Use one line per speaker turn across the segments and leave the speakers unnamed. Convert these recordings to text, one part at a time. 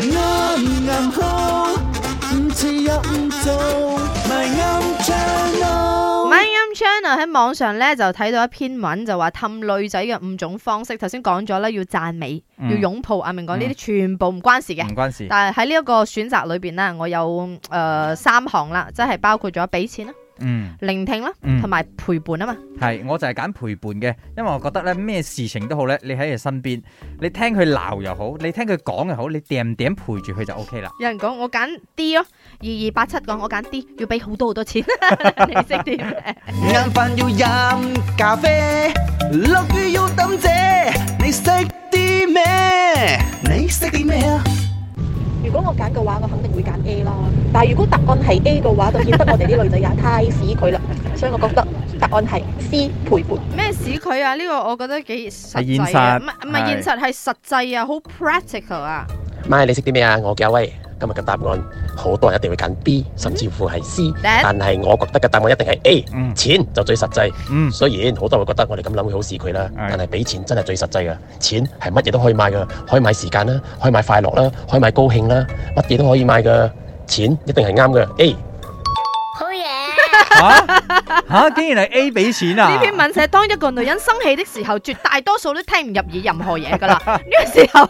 啱啱好，唔似又唔做，咪啱
哦
channel。
My Yum Channel 喺網上咧就睇到一篇文，就話氹女仔嘅五種方式。頭先講咗啦，要讚美，
嗯
要擁抱。阿明講呢啲全部唔關事嘅。
唔關事。
但係喺呢一個選擇裏邊咧，我有誒、呃三項啦，即係包括咗俾錢啦、
嗯，
聆聽啦，
嗯
同埋陪伴啊嘛。
係，我就係揀陪伴嘅，因為我覺得咧咩事情都好咧，你喺佢身邊，你聽佢鬧又好，你聽佢講又好，你掂掂陪住佢就 O K 啦。
有人講我揀 D 咯，二二八七講我揀 D，要俾好多好多 錢， 你識點？
晏飯要飲咖啡，落雨要抌遮，你識啲咩？你識啲咩啊？
如果我揀嘅話，我肯定會揀 A 啦。但係如果答案係 A 嘅話，就顯得我哋啲女仔也啊太屎佢啦。所以我覺得答案係 C 陪伴。
咩使佢啊？呢、個我覺得幾實
係現
際啊，
實
唔係唔係
係
現實係實際啊，好 practical 啊。
咪你識啲咩啊？我叫阿威，今日嘅答案好多人一定會揀 B，甚至乎係 C，
That-
但係我覺得嘅答案一定係 A，、
嗯
錢就最實際。
嗯，
雖然好多人會覺得我哋咁諗會好事佢啦，
係
但係俾錢真係最實際嘅。錢係乜嘢都可以買嘅，可以買時間啦，可以買快樂啦，可以買高興啦，乜嘢都可以買嘅。錢一定係啱嘅。A
好嘢。
吓吓，竟然係 A 俾錢啊！
呢篇文寫當一個女人生氣的時候，絕大多數都聽唔入耳任何嘢噶 啦。呢個時候，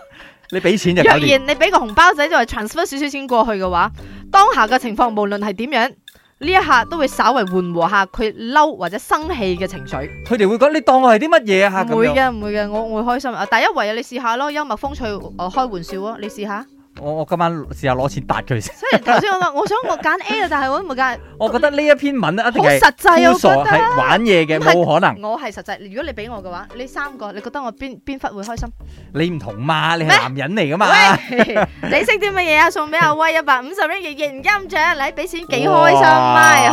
你俾錢就
若
搞掂。
然你俾個紅包仔就係 transfer 少少錢過去嘅話，當下嘅情況無論係點樣，呢一下都會稍為緩和下佢嬲或者生氣嘅情緒。
佢哋會講你當我係啲乜嘢啊？
唔
咁
會
樣，
嘅，唔會嘅，我我會開心啊！第一位啊，你試下咯，幽默風趣，我開玩笑啊，你試下。
我我今晚試下攞錢搭佢先。
雖然頭先我 話我想我揀 A 啊，但係我都冇揀，
我覺得呢一篇文咧一定
好
係
實際啊
膚傻
我覺得
係玩嘢嘅，
唔係
冇可能。
我係實際。如果你俾我嘅話，呢三個你覺得我邊邊忽會開心？
你唔同嘛，你係
咩
男人嚟噶嘛。
啊喂，你識啲乜嘢啊？送俾阿威一百五十蚊嘅現金獎，你俾錢幾開心
哇
咪？